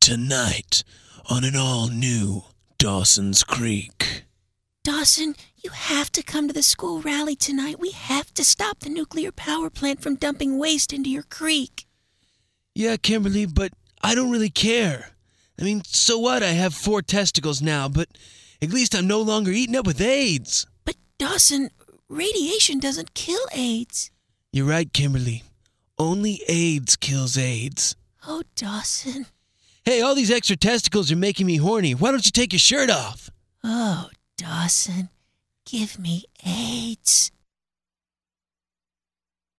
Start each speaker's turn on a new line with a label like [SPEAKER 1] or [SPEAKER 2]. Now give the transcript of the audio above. [SPEAKER 1] tonight on an all new Dawson's Creek.
[SPEAKER 2] Dawson, you have to come to the school rally tonight. We have to stop the nuclear power plant from dumping waste into your creek.
[SPEAKER 1] Yeah, Kimberly, but I don't really care. I mean, so what? I have four testicles now, but at least I'm no longer eaten up with AIDS.
[SPEAKER 2] But Dawson, radiation doesn't kill AIDS.
[SPEAKER 1] You're right, Kimberly. Only AIDS kills AIDS.
[SPEAKER 2] Oh, Dawson.
[SPEAKER 1] Hey, all these extra testicles are making me horny. Why don't you take your shirt off?
[SPEAKER 2] Oh, Dawson. Give me AIDS.